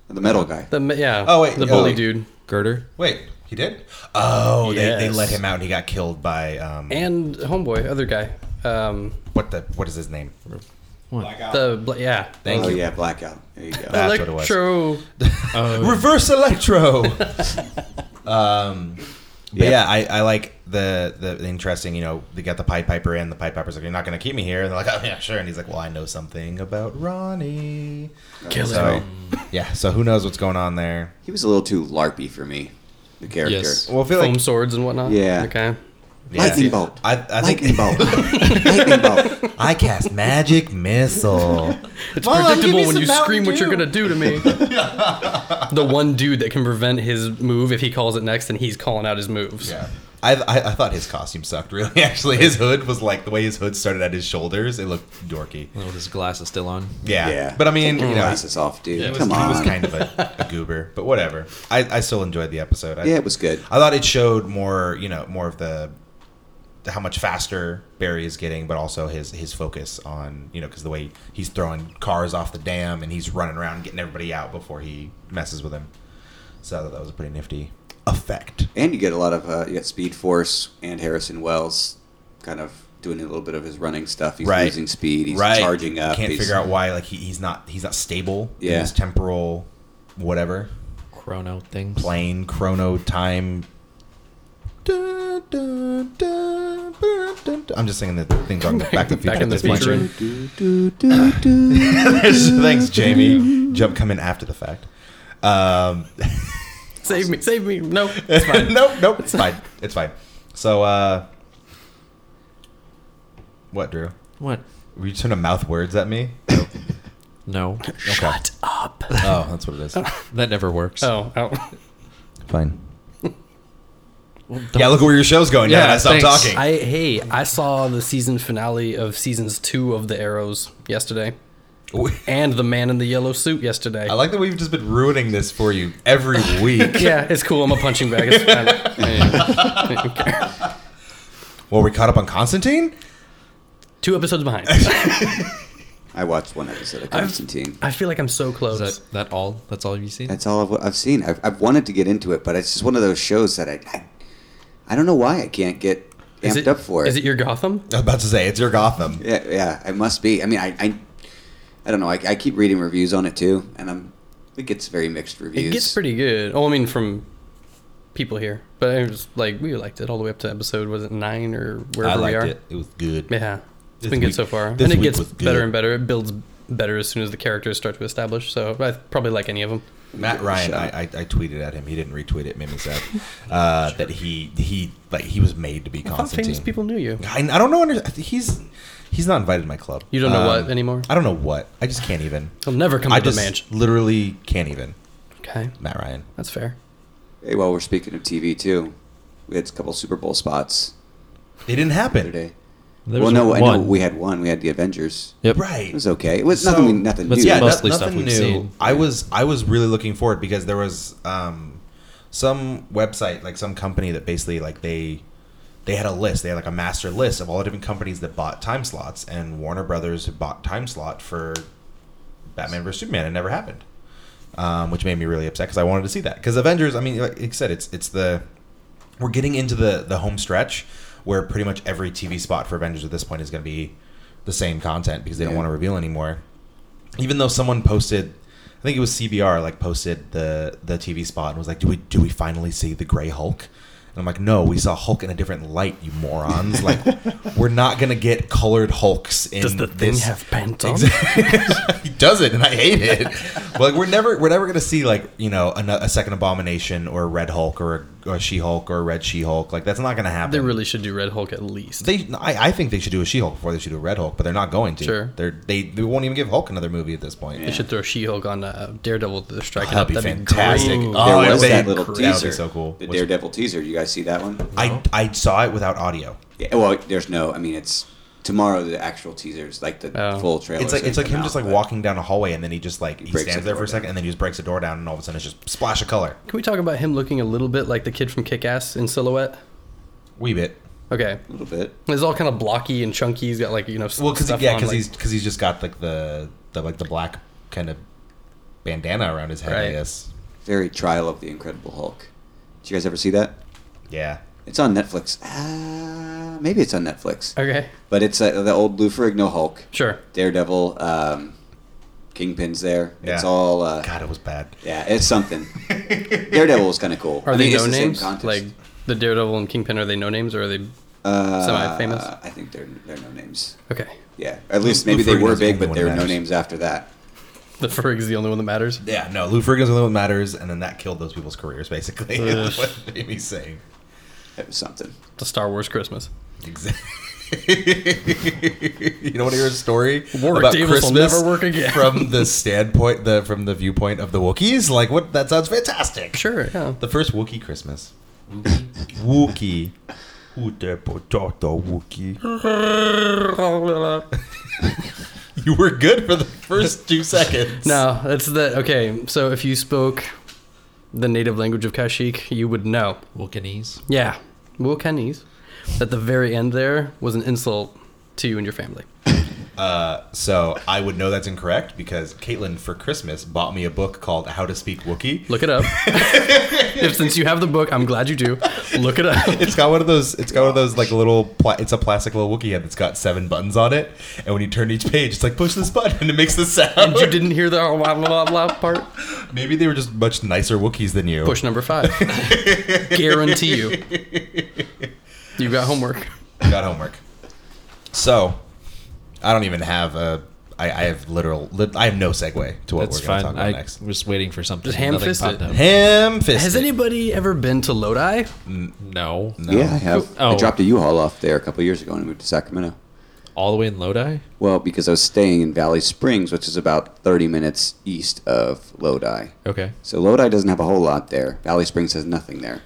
S4: the metal guy.
S3: The, ma- yeah.
S1: Oh, wait,
S3: The
S1: yeah.
S3: bully dude.
S2: Girder.
S1: wait, he did. Oh, they, they
S3: Yes.
S1: let him out, and he got killed by um.
S3: And Homeboy, other guy. Um,
S1: what the? What is his name?
S3: the, bla- yeah.
S1: Thank
S4: oh
S1: you.
S4: yeah, Blackout. There you go.
S1: That- That's what it was.
S3: Electro.
S1: Reverse Electro. um, but yeah, I, I like the, the the interesting. You know, they got the Pied Piper in. The Pied Piper's like, "You're not going to keep me here," and they're like, "Oh yeah, sure." And he's like, "Well, I know something about Ronnie."
S3: Kill
S1: So
S3: him.
S1: yeah, so who knows what's going on there?
S4: he was a little too larpy for me. The character.
S2: Yes.
S1: Well, I feel
S3: Foam
S1: like
S3: swords and whatnot.
S4: Yeah.
S3: Okay.
S1: yeah.
S4: Lightning bolt.
S1: I, I think
S4: Lightning bolt. Lightning bolt.
S1: [laughs] I cast magic missile.
S3: [laughs] It's
S1: Mom, give me
S3: predictable when
S1: some
S3: you
S1: Mountain
S3: scream what you're
S1: Dew.
S3: gonna do to
S1: [laughs]
S3: me. the one dude that can prevent his move if he calls it next, and he's calling out his moves.
S1: Yeah. I, I, I thought his costume sucked really [laughs] actually his hood was like the way his hood started at his shoulders it looked dorky
S2: With his glasses still on.
S1: yeah,
S4: Yeah.
S1: but i mean
S4: Take your
S1: you know
S4: glasses off, dude.
S1: It was,
S4: Come
S1: he
S4: on.
S1: was kind of a, a goober, but whatever. I, I still enjoyed the episode. I,
S4: yeah, it was good.
S1: I thought it showed more, you know, more of the how much faster Barry is getting, but also his his focus on, you know, because the way he's throwing cars off the dam and he's running around getting everybody out before he messes with him. So I thought that was a pretty nifty effect.
S4: And you get a lot of uh, you got Speed Force and Harrison Wells, kind of doing a little bit of his running stuff. He's
S1: Right.
S4: losing speed. He's charging up.
S1: Can't
S4: he's,
S1: figure out why. Like he, he's not he's not stable. in
S4: Yeah.
S1: his temporal, whatever.
S2: Chrono things.
S1: plane chrono time. Dun, dun, dun, dun, dun, dun. I'm just singing the things on Back to the Future.
S3: Back in the
S1: at this
S3: future.
S1: point. [laughs] Thanks, Jamie. Jump coming after the fact. Um,
S3: Save me, save me. No,
S1: [laughs]
S3: it's fine.
S1: nope, nope. It's fine. It's fine. So, uh, what, Drew?
S2: What?
S1: Were you trying to mouth words at me?
S2: No,
S1: Shut
S3: up.
S1: Oh, that's what it is.
S2: that never works.
S3: Oh, oh.
S1: Fine. yeah, look at where your show's going. Yeah, now
S2: Yeah,
S1: that I stopped
S2: thanks.
S1: talking.
S3: I hey, I saw the season finale of seasons two of the Arrows yesterday, and the Man in the Yellow Suit yesterday.
S1: [laughs] I like that we've just been ruining this for you every week.
S3: [laughs] yeah, it's cool. I'm a punching bag. It's fine. I
S1: [laughs]
S3: don't care.
S1: well, we caught up on Constantine.
S3: Two episodes behind.
S4: I watched one episode of Constantine.
S3: I feel like I'm so close.
S2: Is that that all? That's all you've seen?
S4: That's all I've, I've seen. I've, I've wanted to get into it, but it's just one of those shows that I, I, I don't know why I can't get amped
S3: Is it,
S4: up for
S3: is it your Gotham?
S1: I was about to say it's your Gotham.
S4: Yeah, yeah, it must be. I mean, I, I, I don't know. I, I keep reading reviews on it too, and I'm. It gets very mixed reviews.
S3: It gets pretty good. Oh, I mean, from people here, but it was like we liked it all the way up to episode was it nine or wherever we are.
S1: It was good.
S3: Yeah, it's
S1: This
S3: been good
S1: week-
S3: so far,
S1: this
S3: and it
S1: week
S3: gets
S1: was good.
S3: better and better. It builds better as soon as the characters start to establish. So I probably like any of them.
S1: Matt
S4: Give it a
S1: Ryan, I,
S4: shot.
S1: I, I tweeted at him. He didn't retweet it. Made me sad uh, that he he like he was made to be
S3: I thought
S1: Constantine.
S3: famous people knew you.
S1: I, I don't know. under- I think He's he's not invited to my club. Um,
S3: You don't know what anymore?
S1: I don't know what. I just can't even.
S3: He'll never come
S1: I
S3: to the
S1: just
S3: mansion.
S1: literally can't even.
S3: Okay,
S1: Matt Ryan.
S3: that's fair.
S4: Hey, while we're speaking of TV too, we had a couple Super Bowl spots
S1: It didn't
S4: the other
S1: happen.
S4: day. well, no, I know we had one. We had the Avengers.
S2: Yep.
S1: Right.
S4: It was okay. It was
S1: So-
S4: nothing. Nothing
S2: But
S4: new.
S2: yeah,
S1: no-
S2: mostly stuff we've seen.
S1: I was I was really looking forward because there was um, some website like some company that basically like they they had a list. They had like a master list of all the different companies that bought time slots, and Warner Brothers had bought time slot for Batman vs Superman. It never happened, um, which made me really upset because I wanted to see that. Because Avengers, I mean, like you said, it's it's the we're getting into the the home stretch where pretty much every TV spot for Avengers at this point is going to be the same content because they don't
S4: Yeah.
S1: want to reveal anymore. Even though someone posted, I think it was CBR, like posted the the TV spot and was like, "Do we do we finally see the Gray Hulk?" And I'm like, no, we saw Hulk in a different light, you morons. Like, [laughs] we're not gonna get colored Hulks in
S3: Does the thing
S1: this-
S3: have pants on?
S1: Exactly. [laughs] he does it, and I hate it. but like, we're never we're never gonna see like you know a, a second Abomination or a Red Hulk or a, She Hulk or a Red She Hulk. Like that's not gonna happen.
S3: They really should do Red Hulk at least.
S1: They, I, I think they should do a She Hulk before they should do a Red Hulk, but they're not going to.
S3: Sure.
S1: They're, they they won't even give Hulk another movie at this point.
S3: They should throw She-Hulk on uh, Daredevil. They're striking
S1: That'd
S3: up.
S1: be
S3: That'd
S1: fantastic.
S3: be great.
S1: Oh,
S4: there was
S1: that'd
S4: that
S1: be
S4: little
S1: cr- that would
S4: teaser.
S1: be so cool.
S4: The
S1: What's-
S4: Daredevil teaser. You guys see that one?
S1: I, I saw it without audio.
S4: Yeah, well, there's no. I mean, it's tomorrow. The actual teasers, like the
S3: Oh.
S4: full trailer.
S1: It's like it's like him just like walking down a hallway and then he just like he
S4: breaks
S1: stands
S4: the
S1: there for
S4: door
S1: a second
S4: down.
S1: and then he just breaks the door down and all of a sudden it's just splash of color.
S3: Can we talk about him looking a little bit like the kid from Kick-Ass in silhouette?
S1: Wee bit.
S3: Okay.
S4: a little bit.
S3: It's all kind of blocky and chunky. He's got like you know. s-
S1: Well, because
S3: stuff
S1: yeah,
S3: on,
S1: because
S3: like-
S1: he's because he's just got like the the like the black kind of bandana around his head. I
S3: Right.
S1: guess.
S4: Very trial of the Incredible Hulk. Did you guys ever see that?
S1: Yeah.
S4: It's on Netflix. Uh, maybe it's on Netflix.
S3: okay.
S4: But it's uh, the old Lou Ferrigno Hulk,
S3: Sure.
S4: Daredevil, um, Kingpin's there. It's
S1: Yeah.
S4: all. Uh,
S1: God, it was bad.
S4: Yeah, it's [laughs] something. Daredevil was kind of cool.
S3: Are
S4: I
S3: they
S4: mean,
S3: no
S4: it's the same
S3: names?
S4: contest.
S3: Like the Daredevil and Kingpin, are they no names or are they?
S4: uh,
S3: semi-famous?
S4: I think they're they're no names.
S3: Okay.
S4: Yeah, at least maybe
S1: Lou
S4: they were
S1: Ferrigno's the
S4: big,
S1: only
S4: but
S1: one
S4: they
S1: who
S4: were no
S1: matters.
S4: names after that.
S3: The Ferg's the only one that matters.
S1: Yeah, no, Lou Ferrigno's the only one that matters, and then that killed those people's careers, basically. [laughs]
S3: Ugh.
S1: That's what Jamie's saying.
S4: That was something.
S3: The Star Wars Christmas.
S1: Exactly. [laughs] you don't want to hear a story
S3: Warwick
S1: about
S3: Davis will
S1: Christmas
S3: never work again.
S1: from the standpoint, the from the viewpoint of the Wookiees? Like, what? That sounds fantastic.
S3: Sure. Yeah.
S1: The first Wookiee Christmas.
S2: Wookie.
S1: Wookiee. Who the potato Wookiee? [laughs] You were good for the first two seconds.
S3: [laughs] no, that's the okay. So if you spoke the native language of Kashik, you would know.
S2: Wilkinese.
S3: Yeah. Wilcanese. At the very end, there was an insult to you and your family.
S1: So I would know that's incorrect because Caitlin for Christmas bought me a book called How to Speak Wookiee.
S4: [laughs]
S3: Look it up. if since you have the book, I'm glad you do. Look it
S4: [laughs]
S3: up.
S1: It's got one of those. It's got one of those like little. Pla- it's a plastic little Wookiee head that's got seven buttons on it, and when you turn each page, it's like push this button and it makes the sound.
S3: And you didn't hear the blah blah blah blah part.
S1: [laughs] Maybe they were just much nicer Wookiees than you.
S3: Push number
S4: [laughs]
S3: five. Guarantee you. You got homework.
S1: Got homework. So, I don't even have a. I, I have literal. Li- I have no segue to what
S2: That's
S1: we're going to talk
S2: fine.
S1: about
S2: I
S1: next.
S2: was waiting for something.
S3: Just ham-fist
S2: Nothing
S3: it.
S2: popped up.
S1: Ham fist.
S3: Has anybody ever been to Lodi?
S2: No.
S1: No.
S4: Yeah, I have.
S2: Oh.
S4: I dropped a U-Haul off there a couple years ago and moved to Sacramento.
S2: All the way in Lodi?
S4: Well, because I was staying in Valley Springs, which is about 30 minutes east of Lodi.
S2: Okay.
S4: So Lodi doesn't have a whole lot there. Valley Springs has nothing there.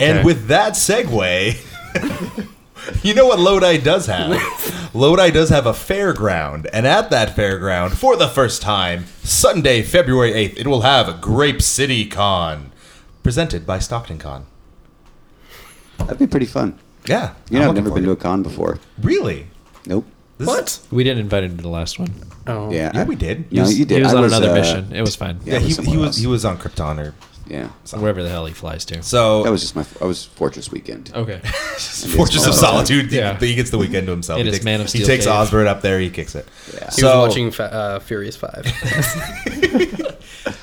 S1: And with that segue, [laughs] you know what Lodi does have? Lodi does have a fairground, and at that fairground, for the first time, Sunday, February 8th, it will have a Grape City Con presented by Stockton Con.
S4: That'd be pretty fun.
S1: Yeah. I'm
S4: You know, I've
S1: looking
S4: never been to a
S1: forward
S4: con before.
S1: it. Really?
S4: Nope.
S1: This
S3: What?
S2: We didn't invite him to the last one.
S3: Oh.
S4: Yeah,
S1: Yeah,
S4: I-
S1: we did.
S4: No, you did.
S2: He was
S4: I
S2: on another
S4: uh,
S2: mission. It was fine.
S1: Yeah,
S4: Yeah,
S1: he,
S4: with
S1: he
S4: someone
S1: was
S4: else.
S1: he was on Krypton or
S4: Yeah,
S2: Wherever the hell he flies to.
S1: so.
S4: that was just my. I was Fortress Weekend. [laughs]
S2: Okay.
S1: [laughs] Fortress of
S4: Solitude.
S1: Solitude.
S2: Yeah.
S1: He, he gets the weekend to himself.
S2: In
S1: he
S2: his
S1: takes,
S2: Man of
S1: he
S2: Steel
S1: takes
S2: cave.
S1: Osborne up there. He kicks it.
S4: Yeah.
S3: He was watching fa- uh,
S4: [laughs]
S3: Furious Five.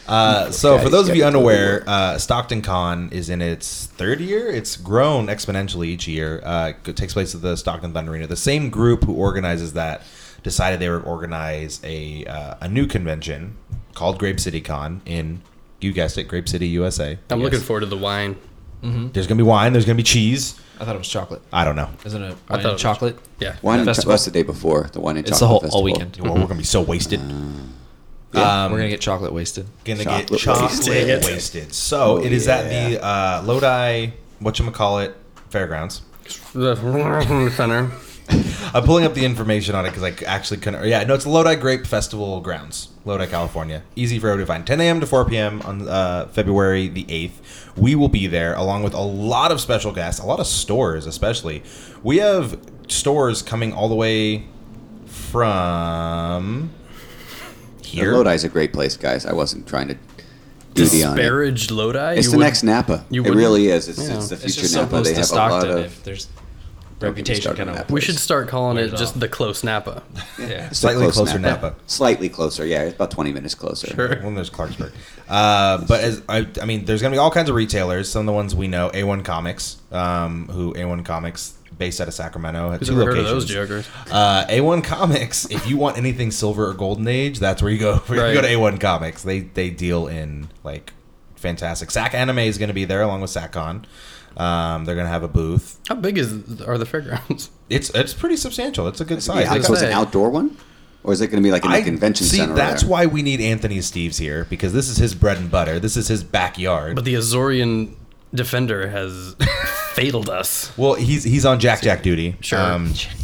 S1: Uh, so,
S4: Yeah,
S1: for
S4: he's
S1: those of
S4: got
S1: you
S4: the total
S1: unaware,
S4: work.
S1: uh, Stockton Con is in its third year. It's grown exponentially each year. Uh, it takes place at the Stockton Thunder Arena. The same group who organizes that decided they would organize a uh, a new convention called Grape City Con in you guessed it, Grape City, USA.
S3: I'm
S1: Yes.
S3: looking forward to the wine.
S1: There's gonna be wine. There's gonna be cheese.
S2: I thought it was chocolate.
S1: I don't know.
S2: Isn't it?
S3: I
S2: I
S3: thought it
S2: thought
S3: was-
S2: chocolate.
S3: Yeah.
S4: Wine and
S2: Festival.
S4: Cho- that's the day before the wine and
S2: It's
S4: chocolate
S2: the whole all
S4: festival.
S2: weekend. Um,
S1: Well, we're gonna be so
S4: Mm-hmm.
S1: wasted.
S4: Yeah.
S2: We're gonna get chocolate wasted.
S1: gonna get
S4: Chocolate
S1: chocolate
S4: wasted.
S1: wasted. So
S4: Oh,
S1: it is at
S4: yeah.
S1: the uh, Lodi whatchamacallit fairgrounds.
S3: The center.
S1: I'm pulling up the information on it because I actually couldn't. Yeah, no, it's Lodi Grape Festival grounds, Lodi, California. Easy for everybody to find. 10 a.m. to 4 p.m. on uh, February the 8th. We will be there along with a lot of special guests, a lot of stores, especially. We have stores coming all the way from here.
S4: Lodi's a great place, guys. I wasn't trying to duty on it.
S3: Disparaged Lodi.
S4: It's
S3: You
S4: the
S3: would-
S4: next Napa.
S3: you
S4: it
S3: wouldn't-
S4: really is. It's,
S3: Yeah.
S4: it's the
S2: It's
S4: future
S2: just so
S4: Napa.
S2: close
S4: They
S2: to
S4: have a lot
S2: Stockton.
S4: of.
S2: If there's
S4: Don't get me
S2: Reputation
S4: started on
S2: kinda-
S4: that
S3: We
S4: place.
S3: should start calling
S2: Weird
S3: it just
S2: off.
S3: the close Napa.
S2: Yeah.
S4: It's
S1: Slightly
S4: close
S1: closer Napa.
S4: Slightly closer, yeah. It's about 20 minutes closer.
S3: Sure.
S1: Well, there's Clarksburg. Uh, but as I, I mean, there's going to be all kinds of retailers. Some of the ones we know, A1 Comics, um, who A1 Comics, based out of Sacramento, at
S3: Who's
S1: two
S3: ever heard of
S1: locations.
S3: those jokers?
S1: Uh, A1 Comics. If you want anything silver or golden age, that's where you go. [laughs]
S3: Right.
S1: You go to A1 Comics. They they deal in like fantastic. Sac Anime is going to be there along with SacCon. Um, they're going to have a booth.
S3: How big is are the fairgrounds?
S1: It's it's pretty substantial. It's a good
S4: Is it the
S1: size.
S3: I'd
S4: outdoor- is it
S3: say.
S4: an outdoor one? Or is it going to be like in the convention
S1: see,
S4: center?
S1: that's
S4: there?
S1: why we need Anthony Steves here because this is his bread and butter. This is his backyard.
S3: But the Azorian defender has [laughs] failed us.
S1: Well, he's he's on Jack Jack duty. um,
S3: Sure. [laughs]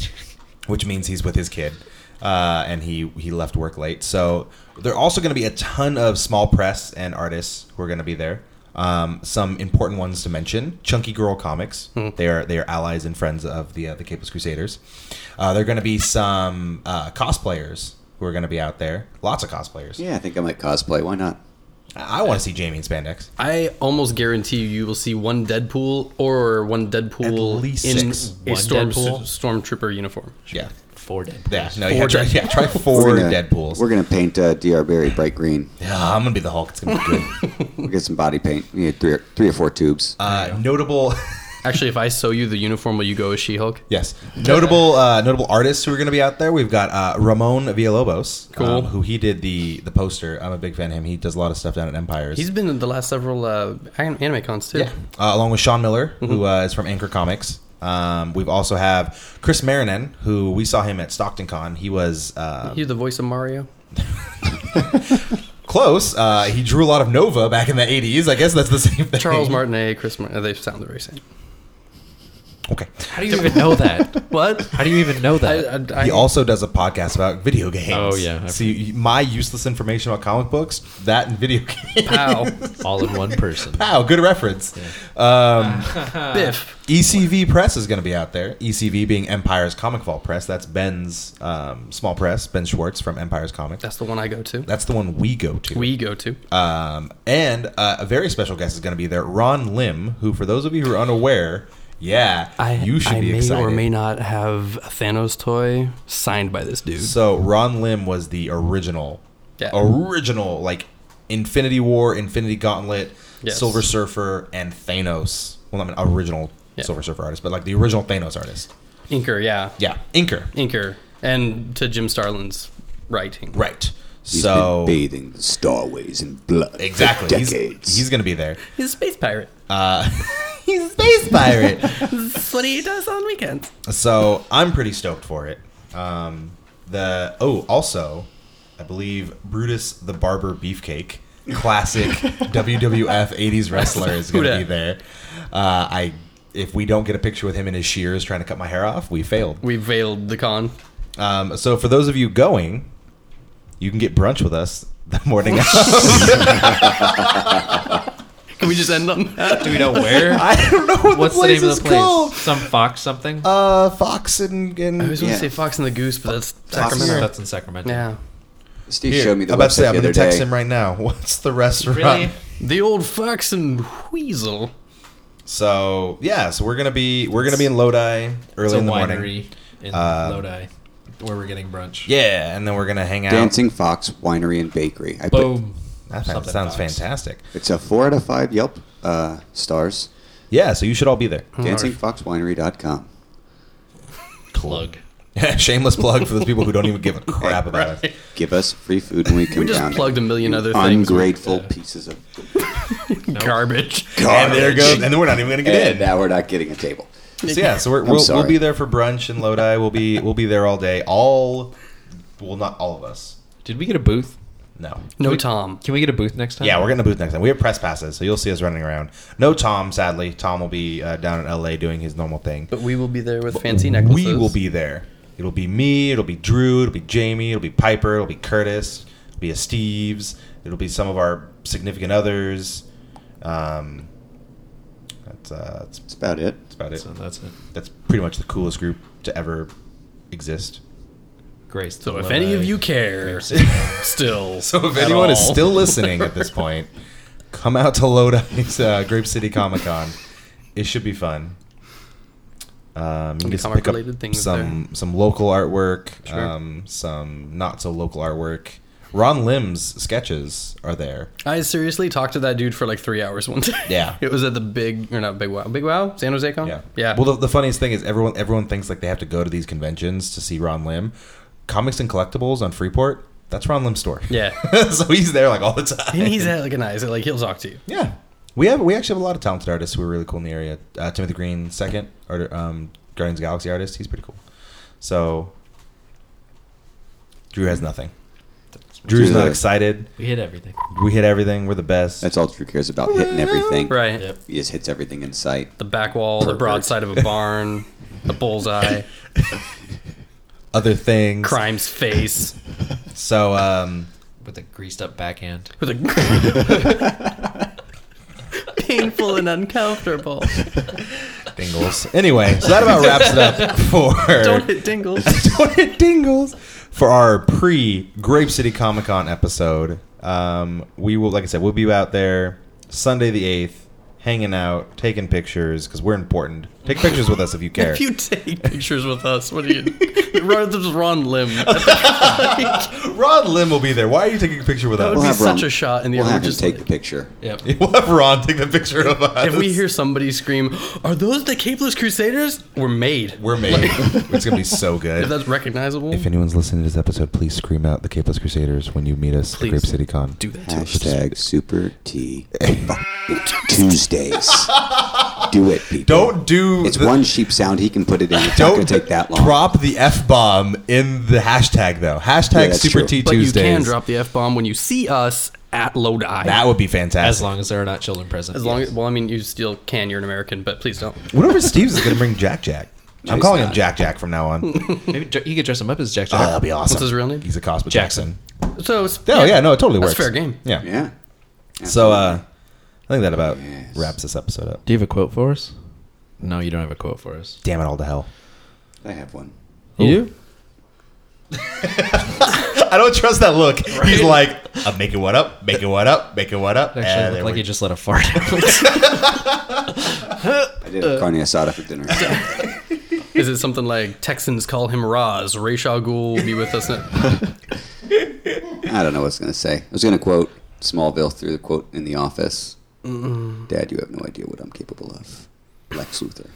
S1: which means he's with his kid, uh, and he he left work late. So there are also going to be a ton of small press and artists who are going to be there. Um, some important ones to mention: Chunky Girl Comics.
S3: Hmm.
S1: They are they are allies and friends of the uh, the Capeless Crusaders. Uh, there are going to be some uh, cosplayers who are going to be out there. Lots of cosplayers.
S4: Yeah, I think I might cosplay. Why not?
S1: I, I want to see Jamie in spandex.
S3: I almost guarantee you, you will see one Deadpool or one Deadpool
S1: At least
S3: in
S1: six.
S3: a
S2: One
S3: storm
S2: Deadpool?
S3: stormtrooper uniform.
S1: Yeah.
S2: Four dead.
S1: Yeah, no,
S3: Four
S1: yeah, try,
S3: Deadpools.
S1: yeah, try 4
S4: We're gonna-
S1: Deadpools.
S4: We're going to paint uh, DR Barry bright green.
S1: Yeah, I'm gonna be the Hulk. It's gonna be
S4: [laughs]
S1: good.
S4: We'll get some body paint. We need three or, three or
S1: [laughs]
S4: four tubes.
S1: Uh, notable,
S3: Actually, if I sew you the uniform, will you go as She-Hulk?
S1: yes, notable, uh, notable artists who are going to be out there. We've got uh, Ramon Villalobos, um,
S3: Cool.
S1: who he did the the poster. I'm a big fan of him. He does a lot of stuff down at Empires.
S3: He's been in the last several uh, an- anime cons too.
S1: yeah, uh, along with Sean Miller,
S3: Mm-hmm.
S1: who uh, is from Anchor Comics. Um, we've also have Chris Marinen, who we saw him at Stockton Con. He was uh,
S3: He's the voice of Mario.
S1: close. Uh, he drew a lot of Nova back in the '80s. I guess that's the [laughs] same thing.
S3: Charles Martinet, Chris Martinet, they sound the very same.
S1: Okay.
S2: How do you even
S4: [laughs]
S2: know that?
S3: What?
S2: How do you even know
S3: I,
S2: that?
S3: I, I,
S1: He
S3: [laughs]
S1: also does a podcast about video games.
S2: Oh, yeah. I've-
S1: See, my useless information about comic books, that and video [laughs] games.
S3: Pow.
S1: [laughs]
S2: [laughs] All in one
S4: [laughs]
S2: person.
S1: Wow, good reference.
S3: Ah.
S1: Um,
S3: Biff.
S1: ECV Press is going to be out there. ECV being Empire's Comic Vault Press. That's Ben's um, small press, Ben Schwartz from Empire's Comics.
S3: That's the one I go to.
S1: That's the one we go to.
S3: We go to.
S1: um, and uh, a very special guest is going to be there, Ron Lim, who, for those of you who are unaware, yeah, you should
S3: I
S1: be
S3: may
S1: excited.
S3: or may not have a Thanos toy signed by this dude.
S1: So Ron Lim was the original,
S3: Yeah.
S1: original like Infinity War, Infinity Gauntlet,
S3: Yes.
S1: Silver Surfer, and Thanos. Well, I mean original
S3: Yeah.
S1: Silver Surfer artist, but like the original Thanos artist.
S3: Inker, yeah.
S1: Yeah, Inker.
S3: Inker. And to Jim Starlin's writing.
S1: Right.
S4: He's
S1: so
S4: been bathing the starways in blood
S1: exactly,
S4: for
S1: he's,
S4: decades.
S1: he's gonna be there.
S3: He's a space pirate.
S1: Uh, [laughs] he's a space pirate.
S3: That's what he does on weekends.
S1: So I'm pretty stoked for it. Um, the oh, also, I believe Brutus the Barber Beefcake, classic
S2: [laughs]
S1: WWF '80s wrestler, is going to
S3: Who
S1: be
S3: dat?
S1: there. Uh, I if we don't get a picture with him in his shears trying to cut my hair off, we failed.
S3: We veiled the con.
S1: Um, so for those of you going, you can get brunch with us the morning. of.
S3: Can we just end on
S1: [laughs]
S3: that?
S2: Do we know where?
S1: [laughs] I don't know what
S2: What's
S1: the
S2: the
S1: place
S2: name of
S1: is
S2: the place?
S1: called.
S2: Some Fox something?
S1: Uh, Fox and, and
S3: I was going to
S4: Yeah.
S3: say Fox and the Goose, but that's
S2: Sacramento.
S1: here.
S3: Sacramento.
S2: That's in Sacramento.
S3: Yeah.
S4: Steve
S1: Here,
S4: showed me the
S1: I'm about to
S4: website
S1: say I'm
S4: the
S1: going
S4: other
S1: to text
S4: day.
S1: him right now. [laughs] What's the restaurant?
S2: Really?
S3: The old Fox and Weasel.
S1: So yeah, so we're gonna be we're gonna be in Lodi early
S2: It's a
S1: in the
S2: winery
S1: morning.
S2: in
S1: Uh,
S2: Lodi where we're getting brunch.
S1: Yeah, and then we're gonna hang out.
S4: Dancing Fox Winery and Bakery. I put-
S2: Boom.
S1: That
S2: Something
S1: sounds
S2: Fox.
S1: fantastic.
S4: it's a four out of five Yelp uh, stars.
S1: Yeah, so you should all be there. [laughs]
S3: Hmm.
S4: DancingFoxWinery.com.
S2: Plug.
S1: Shameless plug for those people who don't even
S4: [laughs]
S1: give a crap about it.
S4: Give us free food when we come
S3: [laughs] We just
S4: down.
S3: plugged a million other things.
S4: Ungrateful
S2: with, uh,
S4: pieces of
S3: Garbage.
S1: And there
S4: garbage.
S1: goes, and then we're not even gonna get
S4: And
S1: in.
S4: now we're not getting a table.
S1: So yeah, so we're,
S4: I'm
S1: we'll, we'll
S4: sorry.
S1: be there for brunch in Lodi. We'll be we'll be there all day. All, well, not all of us.
S2: Did we get a booth?
S1: No.
S3: No Tom.
S2: Can we get a booth next time?
S1: Yeah, we're getting a booth next time. We have press passes, so you'll see us running around. No Tom, sadly. Tom will be uh, down in L.A. doing his normal thing.
S3: But we will be there with fancy necklaces.
S1: We will be there. It'll be me. It'll be Drew. It'll be Jamie. It'll be Piper. It'll be Curtis. It'll be a Steve's. It'll be some of our significant others. Um, that's, uh, that's
S4: That's about it.
S1: that's about it.
S2: So that's it.
S1: That's pretty much the coolest group to ever exist.
S2: Grace.
S3: So
S2: to
S3: if
S2: Lodi.
S3: any [laughs] of you care,
S1: [laughs]
S3: still.
S1: So if
S3: at
S1: anyone is
S3: all.
S1: still listening at this
S3: [laughs]
S1: point, come out to Lodi's uh, Grape City Comic Con. It should be fun. Um, you can just
S3: comic
S1: pick up
S3: related things
S1: some some local artwork,
S3: Sure.
S1: um, some not so local artwork. Ron Lim's sketches are there.
S3: I seriously talked to that dude for like three hours one [laughs] day.
S1: Yeah.
S3: it was at the big or not big wow, big wow, San Jose Con.
S1: Yeah,
S3: Oh, yeah.
S1: Well, the, the funniest thing is everyone everyone thinks like they have to go to these conventions to see Ron Lim. Comics and collectibles on Freeport. That's Ron Lim's store.
S3: yeah.
S1: [laughs] so he's there like all the time.
S3: And he's at like an eyes, like he'll talk to you.
S1: Yeah, we have we actually have a lot of talented artists who are really cool in the area. Uh, Timothy Green, second art, um, Guardians of the Galaxy artist, he's pretty cool. So Drew has nothing. Drew's
S4: Drew
S1: not
S4: has-
S1: excited.
S2: We hit everything.
S1: We hit everything. We're the best.
S4: That's all Drew cares about, hitting everything.
S3: Right.
S2: Yep.
S4: He just hits everything in sight.
S3: The back wall, the
S4: Pervert.
S3: broadside of a barn, the bullseye,
S1: Other things.
S3: crime's face
S1: So um,
S2: With a greased up backhand.
S3: with a [laughs] painful and uncomfortable.
S1: dingles. Anyway, so that about wraps it
S3: [laughs]
S1: up for.
S3: Don't hit dingles.
S1: Don't hit dingles for our pre Grape City Comic Con episode. Um, we will, like I said, we'll be out there Sunday the eighth, hanging out, taking pictures because we're important. Take pictures with us if you care.
S3: [laughs] If you take pictures with us, what are you?
S1: [laughs]
S3: Ron, this is Ron Lim.
S1: Rod Lim will be there. Why are you taking a picture with
S3: That
S1: us?
S3: would be
S4: have
S3: such
S4: Ron-
S3: a shot in the
S4: We'll
S3: arm,
S4: have him
S3: just
S4: take
S3: like-
S4: the picture.
S2: Yep.
S1: [laughs] We'll have Ron take the picture of us.
S3: If we hear somebody scream, "Are those the Capeless Crusaders?" We're made.
S1: [laughs] we're made. it's
S3: [laughs]
S1: gonna be so
S3: If
S1: good.
S3: that's recognizable,
S1: If anyone's listening to this episode, please scream out the Capeless Crusaders when you meet us
S3: Please.
S1: at Grape City Con.
S3: do that.
S4: Hashtag Super
S1: [laughs]
S4: T Tuesdays. Do it, people.
S1: Don't do
S4: It's
S1: the-
S4: one sheep sound. He can put it in. It's not
S1: Don't
S4: gonna take that long.
S1: Drop the f bomb in the hashtag though. Hashtag
S4: Yeah, that's
S1: Super
S4: true.
S1: T
S3: But
S1: Tuesdays.
S3: you can drop the f bomb when you see us at Lodi.
S1: That would be fantastic.
S2: As long as there are not children present.
S3: as long as, well, I mean, you still can. You're an American, but please don't.
S1: Whatever Steve's is going to bring Jack [laughs] Jack. I'm
S4: he's
S1: calling him
S4: not.
S1: Jack Jack from now [laughs] on. oh,
S2: Maybe dr- he could dress him up as Jack Jack.
S1: that'd Oh, be awesome.
S3: his real name?
S1: He's a Cosby Jackson.
S2: Jackson.
S3: So, it's,
S1: Oh, yeah, no, it totally
S3: That's
S1: works.
S3: fair game.
S1: Yeah.
S4: Yeah.
S1: So uh, I think that about
S4: Yes.
S1: wraps this episode up.
S2: Do you have a quote for us? No, you don't have a quote for us.
S1: Damn it all to hell.
S4: I have one.
S2: You do?
S1: [laughs] I don't trust that look. He's like, I'm making one up, making one up, making one up.
S2: It actually
S1: and
S2: looked
S1: there
S2: like
S1: we-
S2: you just let a fart out.
S4: I did a carne asada for
S1: [laughs]
S4: dinner.
S3: Is it something like Texans call him Raz? Ra's al Ghul will be with us. ne-
S4: I don't know what it's gonna say. I was gonna quote Smallville through the quote in The Office.
S1: Mm-hmm.
S4: Dad, you have no idea what I'm capable of. Lex Luthor.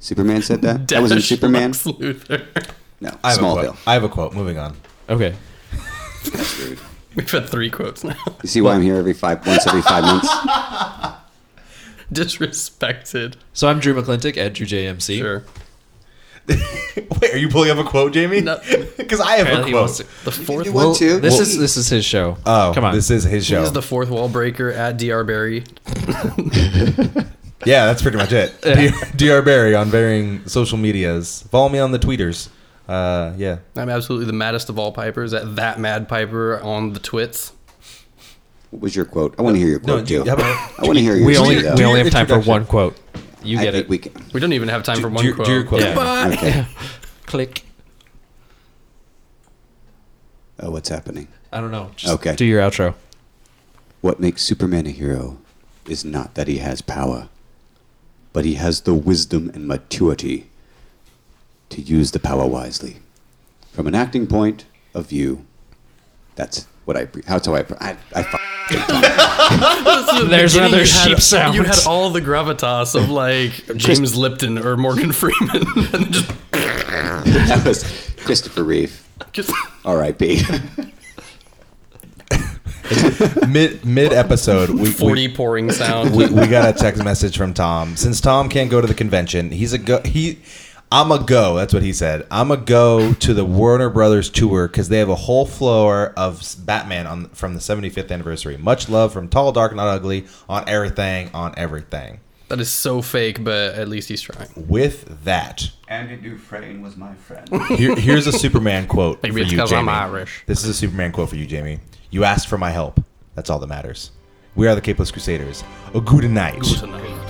S4: Superman
S1: [laughs]
S4: said [laughs] that. that wasn't
S3: Dash
S4: Superman.
S3: Lex Luthor.
S4: No,
S1: I have, a
S4: Smallville.
S1: quote. I have a quote. Moving on.
S2: okay.
S4: That's rude.
S3: [laughs] We've had three quotes now. [laughs]
S4: You see why I'm here every five once every five months?
S3: Disrespected.
S2: So I'm Drew McClintock at Drew JMC.
S3: Sure.
S1: [laughs] Wait, are you pulling up a quote, Jamie? [laughs]
S3: No.
S1: Because I have
S2: Apparently
S1: a
S2: he wants
S1: quote.
S2: to-
S3: The fourth
S4: do one
S3: wall.
S4: too.
S2: This
S4: Well,
S2: is this is his show.
S1: Oh,
S2: come on.
S1: This is his show.
S3: He's the fourth wall breaker at Dr. Barry.
S1: Yeah, that's pretty much it. Dr. Barry on varying social medias. Follow me on the tweeters. Uh, yeah.
S3: I'm absolutely the maddest of all pipers at that mad piper on the twits.
S4: What was your quote? I want to hear your
S1: No,
S4: quote too.
S1: you- how about-
S4: I want to hear your
S2: we
S4: quote.
S2: only
S1: do your-
S2: we
S1: do
S2: only
S1: your
S2: have time for
S1: introduction.
S2: one quote. You
S4: I
S2: get
S4: think
S2: it.
S4: we can.
S3: We don't even have time for one
S1: do your-
S3: quote.
S1: do your quote.
S2: Yeah. [laughs]
S3: Goodbye.
S4: Okay.
S2: Click.
S4: Oh, what's happening?
S2: I don't know. [laughs] Just
S4: Okay.
S2: Do your outro.
S4: What makes Superman a hero is not that he has power, but he has the wisdom and maturity to use the power wisely. From an acting point of view, that's what I. pre- That's how I. pre- I, I f- [laughs]
S3: So
S2: [laughs] There's
S3: beginning,
S2: another
S3: you
S2: sheep
S3: had,
S2: sound.
S3: You had all the gravitas of like James Lipton or Morgan Freeman, [laughs] and just,
S4: that was Christopher Reeve,
S3: just
S4: R.I.P. [laughs]
S1: Mid mid episode, we,
S3: forty
S1: we
S3: pouring sound.
S1: we we got a text message from Tom. Since Tom can't go to the convention, he's a go. He, I'm a go. That's what he said. I'm a go to the Warner Brothers tour because they have a whole floor of s- Batman on from the 75th anniversary. Much love from Tall, Dark, Not Ugly on everything on everything.
S3: that is so fake, but at least he's trying.
S1: With that,
S5: Andy Dufresne was my friend.
S1: Here, here's a Superman quote
S3: Maybe
S1: for
S3: it's
S1: you,
S3: 'cause
S1: Jamie.
S3: I'm Irish.
S1: This is a Superman quote for you, Jamie. You asked for my help. That's all that matters. We are the Capeless Crusaders. A good night.
S3: Tonight.